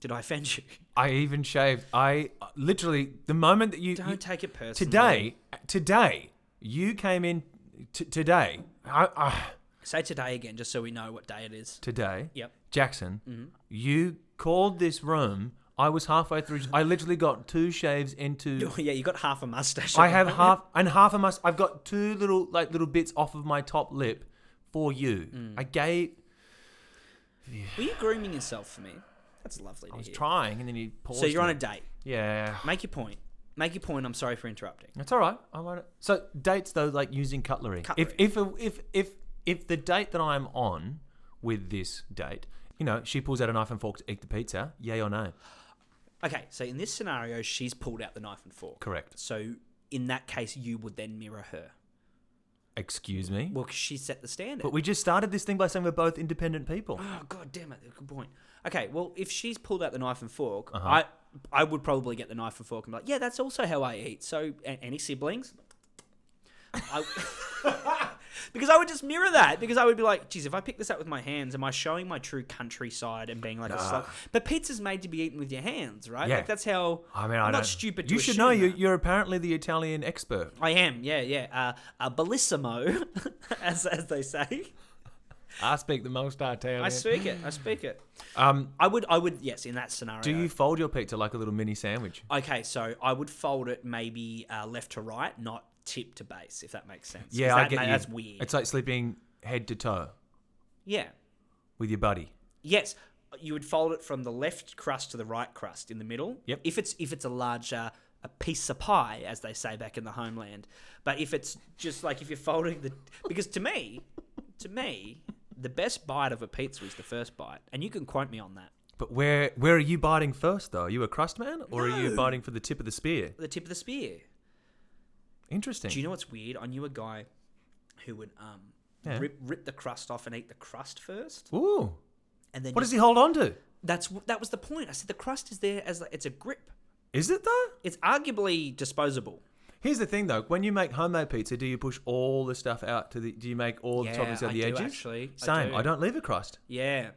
Speaker 4: Did I offend you?
Speaker 3: I even shaved. I literally the moment that you,
Speaker 4: Don't
Speaker 3: you-
Speaker 4: take it personally.
Speaker 3: today, today you came in t- today, I, I,
Speaker 4: Say today again, just so we know what day it is.
Speaker 3: today,
Speaker 4: Yep.
Speaker 3: Jackson,
Speaker 4: Mm-hmm.
Speaker 3: you called this room. I was halfway through. I literally got two shaves into.
Speaker 4: yeah, you got half a mustache.
Speaker 3: I have half and half a must. I've got two little like little bits off of my top lip for you.
Speaker 4: Mm.
Speaker 3: I gave.
Speaker 4: Were you grooming yourself for me? That's lovely. To
Speaker 3: I was
Speaker 4: hear.
Speaker 3: trying, and then you paused.
Speaker 4: So you're on
Speaker 3: me.
Speaker 4: a date.
Speaker 3: Yeah.
Speaker 4: Make your point. Make your point. I'm sorry for interrupting.
Speaker 3: That's all right. I want it. So dates though, like using cutlery.
Speaker 4: Cutlery.
Speaker 3: If if if if if the date that I'm on with this date, you know, she pulls out a knife and fork to eat the pizza. Yay or no?
Speaker 4: Okay, so in this scenario, she's pulled out the knife and fork.
Speaker 3: Correct.
Speaker 4: So in that case, you would then mirror her.
Speaker 3: Excuse me.
Speaker 4: Well, 'cause she set the standard.
Speaker 3: But we just started this thing by saying we're both independent people.
Speaker 4: Oh god damn it! Good point. Okay, well, if she's pulled out the knife and fork,
Speaker 3: Uh-huh.
Speaker 4: I I would probably get the knife and fork and be like, yeah, that's also how I eat. So, a- any siblings? I, because I would just mirror that because I would be like, geez, if I pick this up with my hands, am I showing my true countryside and being like a slug? But pizza's made to be eaten with your hands, right?
Speaker 3: Yeah.
Speaker 4: Like that's how.
Speaker 3: I mean,
Speaker 4: I'm
Speaker 3: I
Speaker 4: not
Speaker 3: don't.
Speaker 4: stupid. to
Speaker 3: You should
Speaker 4: assume
Speaker 3: know. You're,
Speaker 4: that.
Speaker 3: you're apparently the Italian expert.
Speaker 4: I am, yeah, yeah. Uh, a bellissimo, as, as they say.
Speaker 3: I speak the most Italian.
Speaker 4: I speak it. I speak it.
Speaker 3: Um,
Speaker 4: I would, I would, yes, in that scenario.
Speaker 3: do you fold your pizza like a little mini sandwich?
Speaker 4: Okay, so I would fold it maybe uh, left to right, not tip to base, if that makes sense. 'Cause
Speaker 3: Yeah, I
Speaker 4: that
Speaker 3: get
Speaker 4: ma-
Speaker 3: you.
Speaker 4: That's weird.
Speaker 3: It's like sleeping head to toe
Speaker 4: yeah.
Speaker 3: with your buddy.
Speaker 4: Yes, you would fold it from the left crust to the right crust in the middle.
Speaker 3: Yep.
Speaker 4: If it's if it's a larger a piece of pie, as they say back in the homeland, but if it's just like if you're folding the because to me, to me, the best bite of a pizza is the first bite, and you can quote me on that.
Speaker 3: But where where are you biting first, though? Are you a crust man, or are you
Speaker 4: No.
Speaker 3: biting for the tip of the spear?
Speaker 4: The tip of the spear.
Speaker 3: Interesting.
Speaker 4: Do you know what's weird? I knew a guy who would um
Speaker 3: Yeah.
Speaker 4: rip rip the crust off and eat the crust first,
Speaker 3: Ooh,
Speaker 4: and then
Speaker 3: what
Speaker 4: just-
Speaker 3: does he hold on to?
Speaker 4: that's w- that was the point. I said the crust is there as like, it's a grip.
Speaker 3: Is it though?
Speaker 4: It's arguably disposable.
Speaker 3: Here's the thing, though. When you make homemade pizza, do you push all the stuff out to the? Do you make all
Speaker 4: Yeah,
Speaker 3: the toppings
Speaker 4: I
Speaker 3: out the
Speaker 4: do,
Speaker 3: edges?
Speaker 4: actually. I
Speaker 3: Same.
Speaker 4: do.
Speaker 3: I don't leave a crust,
Speaker 4: Yeah,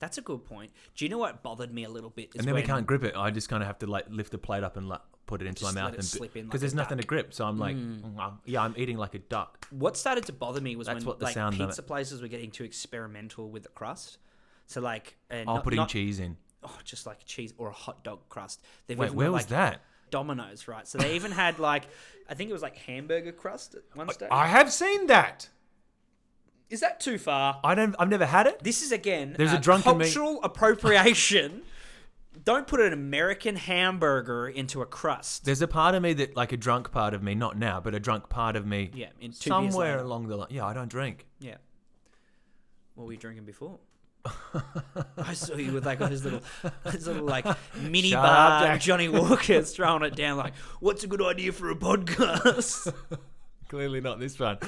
Speaker 4: that's a good point. Do you know what bothered me a little bit? Is
Speaker 3: and then we
Speaker 4: when-
Speaker 3: can't grip it. I just kind of have to like lift the plate up and like, put it into
Speaker 4: Just
Speaker 3: my
Speaker 4: let
Speaker 3: mouth
Speaker 4: it
Speaker 3: and
Speaker 4: slip in like a
Speaker 3: there's nothing to
Speaker 4: duck. Hmm.
Speaker 3: grip. So I'm like, mm, I'm- yeah, I'm eating like a duck.
Speaker 4: What started to bother me was
Speaker 3: That's
Speaker 4: when
Speaker 3: what the
Speaker 4: like
Speaker 3: sound of
Speaker 4: pizza places were getting too experimental with the crust. So like, and
Speaker 3: I'll
Speaker 4: not,
Speaker 3: put in
Speaker 4: not-
Speaker 3: cheese in.
Speaker 4: Oh, just like cheese or a hot dog crust. They've
Speaker 3: Wait,
Speaker 4: even
Speaker 3: where
Speaker 4: got,
Speaker 3: was
Speaker 4: like,
Speaker 3: that?
Speaker 4: Domino's, right? So they even had like, I think it was like hamburger crust at one stage.
Speaker 3: I have seen that.
Speaker 4: is that too far?
Speaker 3: I don't. I've never had it.
Speaker 4: This is again
Speaker 3: There's a
Speaker 4: uh,
Speaker 3: drunken me-
Speaker 4: cultural appropriation. Don't put an American hamburger into a crust.
Speaker 3: There's a part of me that, like a drunk part of me, not now, but a drunk part of me,
Speaker 4: Yeah, in two beers
Speaker 3: somewhere
Speaker 4: later.
Speaker 3: along the line. Yeah, I don't drink.
Speaker 4: Yeah. What were you drinking before? I saw you with like his little, his little like mini
Speaker 3: Shut up,
Speaker 4: bar
Speaker 3: Jack.
Speaker 4: Johnny Walker's throwing it down like, what's a good idea for a podcast?
Speaker 3: Clearly not this one.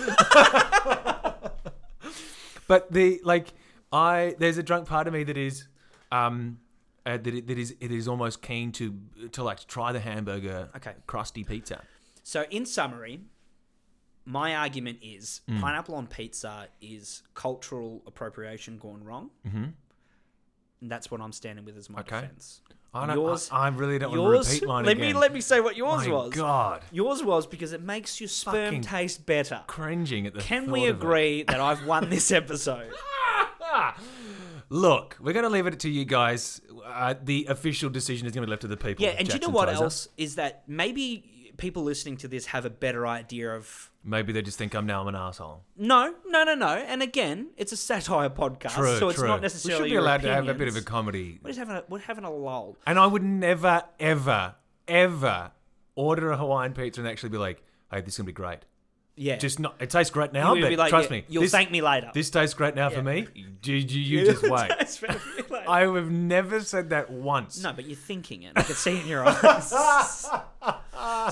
Speaker 3: but the like, I there's a drunk part of me that is, um, uh, that it, that is it is almost keen to to like try the hamburger,
Speaker 4: Okay.
Speaker 3: crusty pizza.
Speaker 4: So, in summary, my argument is
Speaker 3: Mm.
Speaker 4: pineapple on pizza is cultural appropriation gone wrong. Mm-hmm. And that's what I'm standing with as my
Speaker 3: Okay.
Speaker 4: defense.
Speaker 3: I don't.
Speaker 4: yours,
Speaker 3: I, I really don't want
Speaker 4: yours.
Speaker 3: to repeat mine
Speaker 4: let
Speaker 3: again.
Speaker 4: me let me say what yours
Speaker 3: My
Speaker 4: was.
Speaker 3: God,
Speaker 4: Yours was because it makes your sperm
Speaker 3: Fucking-
Speaker 4: taste better.
Speaker 3: cringing at the.
Speaker 4: Can we
Speaker 3: thought of it.
Speaker 4: agree that I've won this episode?
Speaker 3: Look, we're going to leave it to you guys. Uh, the official decision is going to be left to the people.
Speaker 4: Yeah, and do you know
Speaker 3: Jackson
Speaker 4: what
Speaker 3: Tizer.
Speaker 4: else is that maybe people listening to this have a better idea of
Speaker 3: Maybe they just think I'm now I'm an asshole.
Speaker 4: no, no, no, no. And again, it's a satire podcast,
Speaker 3: True,
Speaker 4: so it's
Speaker 3: true.
Speaker 4: not
Speaker 3: We
Speaker 4: necessarily.
Speaker 3: should be
Speaker 4: your
Speaker 3: allowed to have a bit
Speaker 4: opinions.
Speaker 3: of a comedy.
Speaker 4: We're just having a we're having a lull.
Speaker 3: And I would never, ever, ever order a Hawaiian pizza and actually be like, "Hey, this is going to be great."
Speaker 4: Yeah.
Speaker 3: Just not. It tastes great now,
Speaker 4: You'll be
Speaker 3: but
Speaker 4: like,
Speaker 3: trust
Speaker 4: yeah,
Speaker 3: me,
Speaker 4: You'll
Speaker 3: this,
Speaker 4: thank me later.
Speaker 3: This tastes great now for me. You, you, you just wait.
Speaker 4: Thanks for me later.
Speaker 3: I have never said that once.
Speaker 4: no, but you're thinking it. I can see it in your eyes.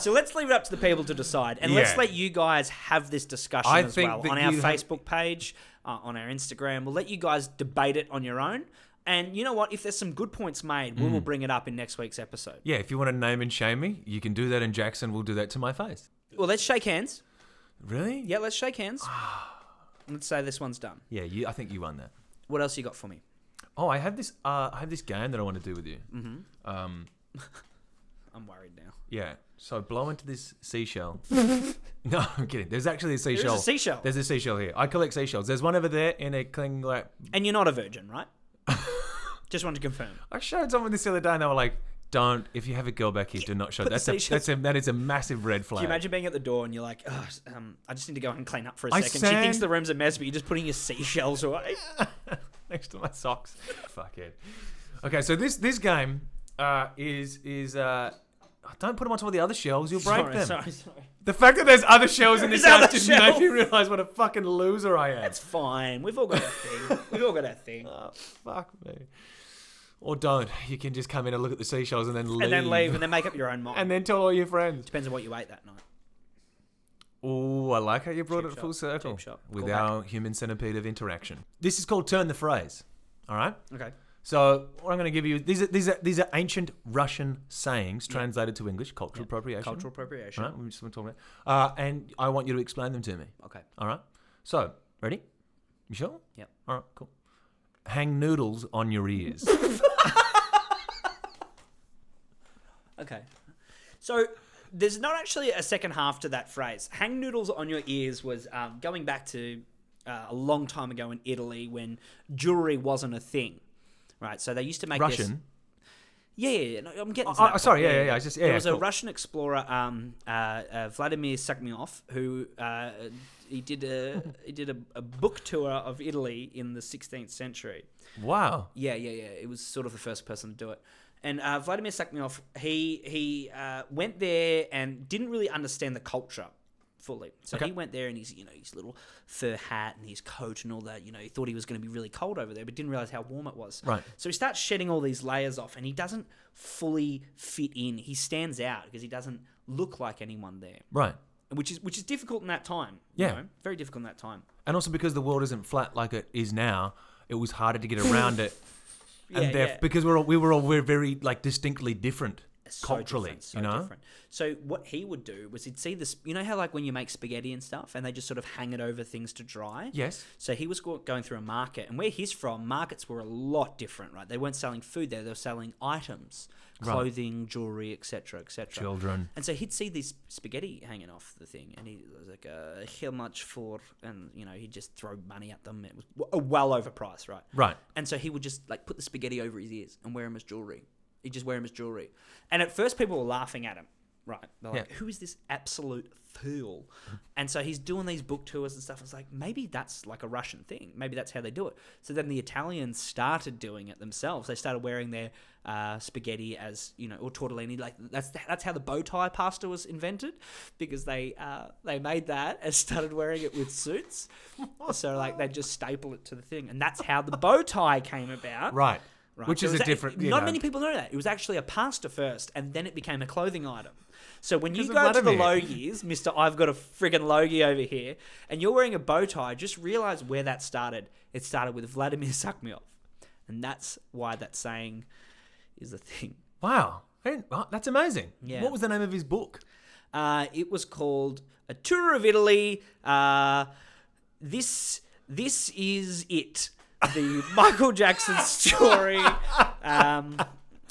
Speaker 4: so let's leave it up to the people to decide, and let's
Speaker 3: Yeah.
Speaker 4: let you guys have this discussion
Speaker 3: I
Speaker 4: as
Speaker 3: think
Speaker 4: well
Speaker 3: that
Speaker 4: on our
Speaker 3: you have-
Speaker 4: Facebook page, uh, on our Instagram. We'll let you guys debate it on your own. And you know what? If there's some good points made, we
Speaker 3: Mm.
Speaker 4: will bring it up in next week's episode.
Speaker 3: Yeah, if you want to name and shame me, you can do that, and Jackson will do that to my face.
Speaker 4: Well, let's shake hands.
Speaker 3: Really?
Speaker 4: Yeah, let's shake hands. let's say this one's done.
Speaker 3: Yeah, you, I think you won that.
Speaker 4: What else you got for me?
Speaker 3: Oh, I have this. Uh, I have this game that I want to do with you.
Speaker 4: Mm-hmm.
Speaker 3: Um,
Speaker 4: I'm worried now.
Speaker 3: yeah. So blow into this seashell. no, I'm kidding. There's actually a seashell.
Speaker 4: There's a seashell,
Speaker 3: There's a seashell here. I collect seashells. There's one over there in a Klinglap.
Speaker 4: and you're not a virgin, right? Just want to confirm.
Speaker 3: I showed someone this the other day, and they were like, "Don't. If you have a girl back here, do not show.
Speaker 4: Put the
Speaker 3: That's a,
Speaker 4: seashell-
Speaker 3: that's a that is a massive red flag."
Speaker 4: Do you imagine being at the door and you're like, oh, um, I just need to go and clean up for a
Speaker 3: I
Speaker 4: second. She thinks
Speaker 3: sang-
Speaker 4: the room's a mess, but you're just putting your seashells away.
Speaker 3: next to my socks. Fuck it. Okay, so this this game uh, is is uh, don't put them on top of the other shells. You'll break
Speaker 4: sorry,
Speaker 3: them.
Speaker 4: sorry, sorry.
Speaker 3: The fact that there's other shells in
Speaker 4: There
Speaker 3: this
Speaker 4: is other
Speaker 3: house just
Speaker 4: shells.
Speaker 3: made me realize what a fucking loser I am.
Speaker 4: It's fine. We've all got our thing. We've all got our thing.
Speaker 3: Oh, fuck me. Or don't. You can just come in and look at the seashells and then leave.
Speaker 4: And then leave and then make up your own mind.
Speaker 3: And then tell all your friends.
Speaker 4: Depends on what you ate that night.
Speaker 3: Oh, I like how you brought
Speaker 4: Cheap
Speaker 3: it
Speaker 4: shot,
Speaker 3: full circle
Speaker 4: cheap shot.
Speaker 3: with
Speaker 4: Call back.
Speaker 3: our human centipede of interaction. This is called turn the phrase. All right.
Speaker 4: Okay.
Speaker 3: So what I'm going to give you these are these are these are ancient Russian sayings translated to English, cultural
Speaker 4: Yeah.
Speaker 3: appropriation.
Speaker 4: Cultural
Speaker 3: All
Speaker 4: appropriation.
Speaker 3: right. We just want to talk about. Uh, and I want you to explain them to me.
Speaker 4: Okay.
Speaker 3: All right. So ready? You sure?
Speaker 4: Yep.
Speaker 3: All right. Cool. Hang noodles on your ears.
Speaker 4: Okay. So there's not actually a second half to that phrase. Hang noodles on your ears was um, going back to uh, a long time ago in Italy when jewelry wasn't a thing. Right, so they used to make this-
Speaker 3: Russian.
Speaker 4: Yeah, yeah, yeah, no, I'm getting. to
Speaker 3: Oh,
Speaker 4: that
Speaker 3: oh,
Speaker 4: point.
Speaker 3: sorry, yeah, yeah, yeah, I just- yeah,
Speaker 4: there
Speaker 3: yeah,
Speaker 4: was
Speaker 3: cool.
Speaker 4: a Russian explorer, um, uh, uh, Vladimir Sakhnov, who uh, he did a he did a, a book tour of Italy in the 16th century.
Speaker 3: Wow.
Speaker 4: Yeah, yeah, yeah. It was sort of the first person to do it. And uh, Vladimir Sakhnov, he he uh, went there and didn't really understand the culture fully. So
Speaker 3: Okay.
Speaker 4: he went there and his you know his little fur hat and his coat and all that. You know he thought he was going to be really cold over there, but didn't realize how warm it was.
Speaker 3: Right.
Speaker 4: So he starts shedding all these layers off, and he doesn't fully fit in. He stands out because he doesn't look like anyone there,
Speaker 3: Right.
Speaker 4: which is which is difficult in that time.
Speaker 3: Yeah.
Speaker 4: you know? very difficult in that time.
Speaker 3: And also because the world isn't flat like it is now, it was harder to get around it. And
Speaker 4: Yeah,
Speaker 3: there-
Speaker 4: yeah.
Speaker 3: because we're all, we were all we're very like distinctly different
Speaker 4: so
Speaker 3: culturally,
Speaker 4: different, so
Speaker 3: you know.
Speaker 4: different. So what he would do was he'd see this. You know how like when you make spaghetti and stuff, and they just sort of hang it over things to dry.
Speaker 3: Yes.
Speaker 4: So he was go- going through a market, and where he's from, markets were a lot different, right? They weren't selling food there; they were selling items, clothing, jewelry, etc., etc.
Speaker 3: Children.
Speaker 4: And so he'd see this spaghetti hanging off the thing, and he was like, uh, "How much for?" And you know, he'd just throw money at them. It was w- well overpriced, right?
Speaker 3: Right.
Speaker 4: And so he would just like put the spaghetti over his ears and wear him as jewelry. He'd just wear him as jewelry. And at first, people were laughing at him. Right. They're like,
Speaker 3: Yeah.
Speaker 4: who is this absolute fool? And so he's doing these book tours and stuff. It's like, maybe that's like a Russian thing. Maybe that's how they do it. So then the Italians started doing it themselves. They started wearing their uh, spaghetti as, you know, or tortellini. Like, that's that's how the bow tie pasta was invented because they uh, they made that and started wearing it with suits. so, like, they just staple it to the thing. And that's how the bow tie came about.
Speaker 3: Right.
Speaker 4: Right.
Speaker 3: Which
Speaker 4: So
Speaker 3: is
Speaker 4: it was
Speaker 3: a different. you
Speaker 4: Not
Speaker 3: know.
Speaker 4: many people know that. It was actually a pasta first, and then it became a clothing item. So when you
Speaker 3: 'Cause of
Speaker 4: go to the
Speaker 3: Vladimir.
Speaker 4: Logies, Mister, I've got a friggin' Logie over here, and you're wearing a bow tie. Just realize where that started. It started with Vladimir Sakhnov, and that's why that saying is a thing.
Speaker 3: Wow. I didn't- wow, That's amazing.
Speaker 4: Yeah.
Speaker 3: What was the name of his book?
Speaker 4: Uh, it was called A Tour of Italy. Uh, this this is it. The Michael Jackson story. Um,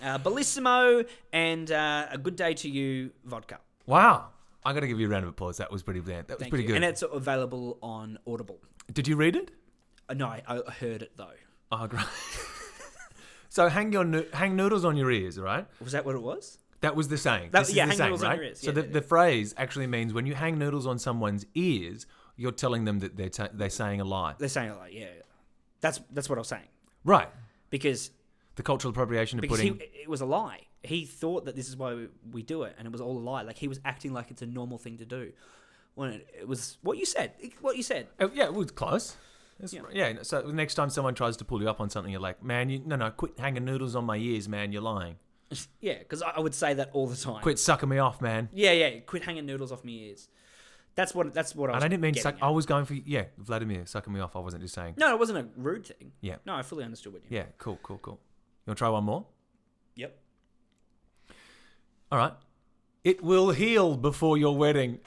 Speaker 4: uh, Bellissimo and uh, A Good Day to You vodka.
Speaker 3: Wow. I got to give you a round of applause. That was pretty brilliant. That was
Speaker 4: Thank
Speaker 3: pretty
Speaker 4: you.
Speaker 3: good.
Speaker 4: And it's available on Audible.
Speaker 3: Did you read it?
Speaker 4: Uh, no, I, I heard it though.
Speaker 3: Oh, great. so hang your noo- hang noodles on your ears, right?
Speaker 4: Was that what it was?
Speaker 3: That was the saying.
Speaker 4: That-
Speaker 3: this
Speaker 4: yeah,
Speaker 3: is the saying,
Speaker 4: hang noodles on
Speaker 3: right?
Speaker 4: your ears.
Speaker 3: So
Speaker 4: Yeah,
Speaker 3: the,
Speaker 4: yeah,
Speaker 3: the phrase actually means when you hang noodles on someone's ears, you're telling them that they're ta- they're saying a lie.
Speaker 4: They're saying it like, yeah, yeah. that's that's what I was saying
Speaker 3: Right.
Speaker 4: because
Speaker 3: The cultural appropriation of
Speaker 4: because
Speaker 3: putting.
Speaker 4: he, it was a lie. He thought that this is why we, we do it, and it was all a lie. Like he was acting like it's a normal thing to do, when it, it was what you said. It- What you said.
Speaker 3: Oh, yeah, it was close. That's
Speaker 4: Yeah.
Speaker 3: right. yeah. So the next time someone tries to pull you up on something, you're like, "Man, you no, no, quit hanging noodles on my ears, man. You're lying.
Speaker 4: Yeah, because I, I would say that all the time.
Speaker 3: Quit sucking me off, man."
Speaker 4: Yeah, yeah. Quit hanging noodles off my ears. That's what. That's what I. Was
Speaker 3: And I didn't mean
Speaker 4: getting
Speaker 3: suck.
Speaker 4: at.
Speaker 3: I was going for yeah, Vladimir sucking me off. I wasn't just saying.
Speaker 4: No, it wasn't a rude thing.
Speaker 3: Yeah.
Speaker 4: No, I fully understood what you.
Speaker 3: Yeah, cool, cool, cool. You want to try one more?
Speaker 4: Yep.
Speaker 3: All right. It will heal before your wedding.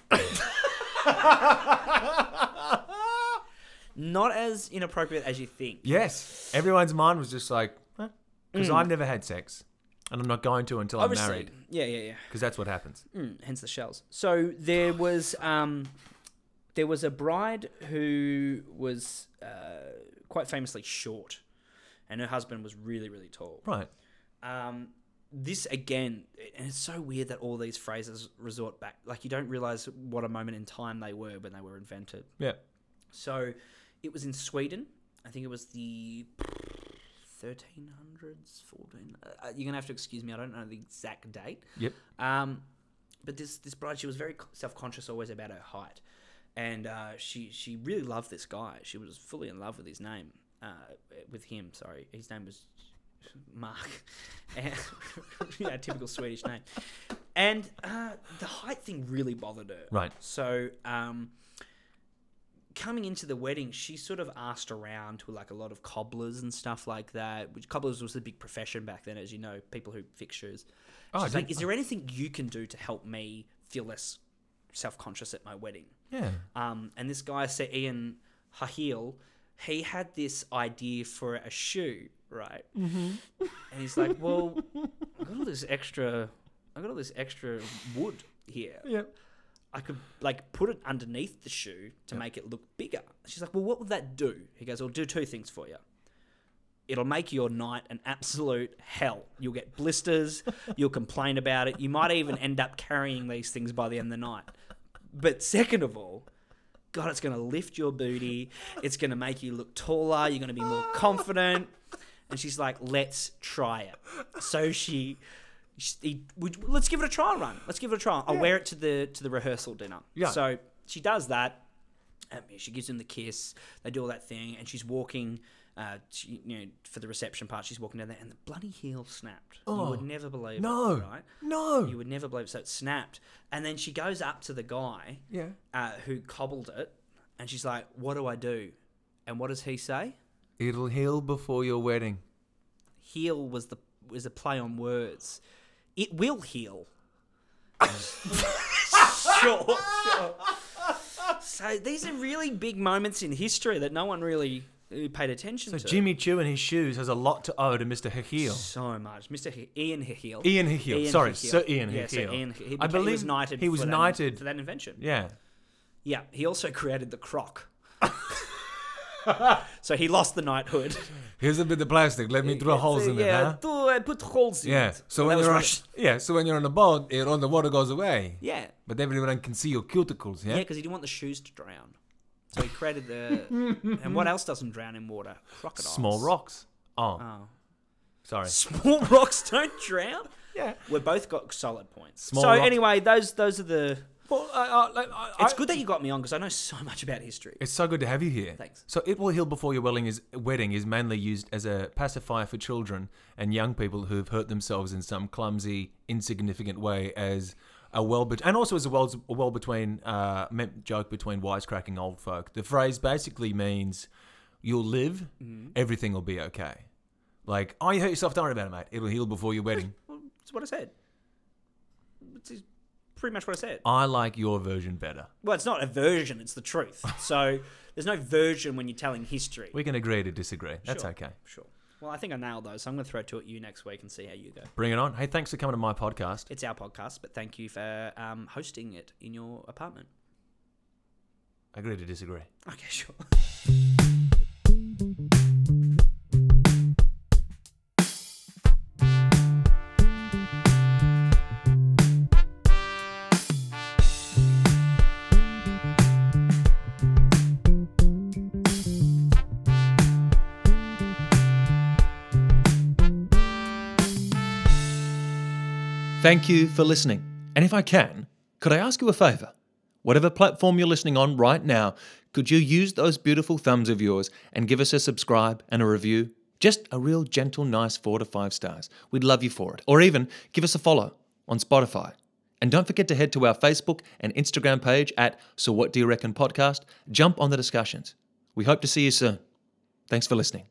Speaker 4: Not as inappropriate as you think.
Speaker 3: Yes. Everyone's mind was just like, because I've never had sex, and I'm not going to until I'm
Speaker 4: Mm. Obviously.
Speaker 3: married,
Speaker 4: Yeah, yeah, yeah.
Speaker 3: because that's what happens.
Speaker 4: Mm, hence the shells. So there was um, there was a bride who was uh, quite famously short, and her husband was really really tall.
Speaker 3: Right.
Speaker 4: Um, this again, and it's so weird that all these phrases resort back. Like you don't realize what a moment in time they were when they were invented.
Speaker 3: Yeah.
Speaker 4: So it was in Sweden. I think it was the 1300s, 14. Uh, you're gonna have to excuse me. I don't know the exact date.
Speaker 3: Yep.
Speaker 4: Um, but this this bride, she was very self conscious always about her height, and uh, she she really loved this guy. She was fully in love with his name, uh, with him. Sorry, his name was Mark. And, yeah, typical Swedish name. And uh, the height thing really bothered her.
Speaker 3: Right.
Speaker 4: So, um, coming into the wedding, she sort of asked around to like a lot of cobblers and stuff like that. Which cobblers was a big profession back then, as you know, people who fix shoes.
Speaker 3: Oh, I
Speaker 4: She's like,
Speaker 3: didn't-
Speaker 4: "Is there anything you can do to help me feel less self-conscious at my wedding?"
Speaker 3: Yeah.
Speaker 4: Um, and this guy, Sir Ian Hahil, he had this idea for a shoe, right? Mm-hmm. And he's like, "Well, I got all this extra, I got all this extra wood here.
Speaker 3: Yeah.
Speaker 4: I could like put it underneath the shoe to make it look bigger." She's like, "Well, what would that do?" He goes, "It'll do two things for you." It'll make your night an absolute hell. You'll get blisters. You'll complain about it. You might even end up carrying these things by the end of the night. But second of all, God, it's going to lift your booty. It's going to make you look taller. You're going to be more confident. And she's like, let's try it. So she, she he, would, let's give it a trial run. Let's give it a trial. I'll wear it to the to the rehearsal dinner.
Speaker 3: Yeah.
Speaker 4: So she does that. I mean, she gives him the kiss. They do all that thing, and she's walking. Uh, she, you know, for the reception part, she's walking down there, and the bloody heel snapped. you would never believe
Speaker 3: Oh, no.
Speaker 4: it, right?
Speaker 3: No.
Speaker 4: You would never believe it. So it snapped, and then she goes up to the guy
Speaker 3: Yeah.
Speaker 4: uh, who cobbled it, and she's like, "What do I do?" And what does he say?
Speaker 3: It'll heal before your wedding.
Speaker 4: Heal was the was a play on words. It will heal. sure, sure. So these are really big moments in history that no one really uh, paid attention
Speaker 3: So
Speaker 4: to.
Speaker 3: Jimmy Choo and his shoes has a lot to owe to Mr. Hahil.
Speaker 4: so much, Mr. He- Ian Hill.
Speaker 3: Ian Hahil. Sorry, Sir Ian
Speaker 4: Yeah, Sir
Speaker 3: Hahil.
Speaker 4: Ian Hill. He,
Speaker 3: I
Speaker 4: beca- he was
Speaker 3: believe
Speaker 4: knighted.
Speaker 3: he was
Speaker 4: for that-
Speaker 3: knighted.
Speaker 4: for that invention.
Speaker 3: Yeah.
Speaker 4: Yeah, he also created the croc. so he lost the knighthood.
Speaker 3: Here's a bit of plastic. Let me draw holes in
Speaker 4: yeah,
Speaker 3: it, huh?
Speaker 4: do- I put holes in
Speaker 3: Yeah.
Speaker 4: it.
Speaker 3: So
Speaker 4: That
Speaker 3: when
Speaker 4: was
Speaker 3: you're on,
Speaker 4: Russian.
Speaker 3: yeah, so when you're on a boat, it all the water goes away.
Speaker 4: Yeah.
Speaker 3: But everyone can see your cuticles,
Speaker 4: Yeah,
Speaker 3: yeah?
Speaker 4: because he didn't want the shoes to drown. So he created the. and what else doesn't drown in water? Crocodiles.
Speaker 3: Small rocks. Oh,
Speaker 4: Oh.
Speaker 3: sorry.
Speaker 4: Small rocks don't drown?
Speaker 3: Yeah.
Speaker 4: We've both got solid points.
Speaker 3: Small
Speaker 4: so
Speaker 3: rock-
Speaker 4: anyway, those those are the.
Speaker 3: Well, I, I, I,
Speaker 4: It's
Speaker 3: I-
Speaker 4: good that you got me on because I know so much about history.
Speaker 3: It's so good to have you here.
Speaker 4: Thanks.
Speaker 3: So it will heal before your wedding is wedding is mainly used as a pacifier for children and young people who've hurt themselves in some clumsy, insignificant way as a well bet- and also as a well a well between uh, meant joke between wisecracking old folk. The phrase basically means you'll live,
Speaker 4: Mm-hmm.
Speaker 3: everything will be okay. Like, oh, you hurt yourself, don't worry about it, mate. It'll heal before your wedding.
Speaker 4: It's what I said. It's pretty much what I said.
Speaker 3: I like your version better.
Speaker 4: Well, it's not a version, it's the truth. So there's no version when you're telling history.
Speaker 3: We can agree to disagree. That's
Speaker 4: Sure.
Speaker 3: okay.
Speaker 4: Sure. Well, I think I nailed those, so I'm going to throw two at you next week and see how you go.
Speaker 3: Bring it on. Hey, thanks for coming to my podcast.
Speaker 4: It's our podcast, but thank you for um, hosting it in your apartment.
Speaker 3: Agree to disagree.
Speaker 4: Okay, sure.
Speaker 1: Thank you for listening. And if I can, could I ask you a favor? Whatever platform you're listening on right now, could you use those beautiful thumbs of yours and give us a subscribe and a review? Just a real gentle, nice four to five stars. We'd love you for it. Or even give us a follow on Spotify. And don't forget to head to our Facebook and Instagram page at So What Do You Reckon Podcast. Jump on the discussions. We hope to see you soon. Thanks for listening.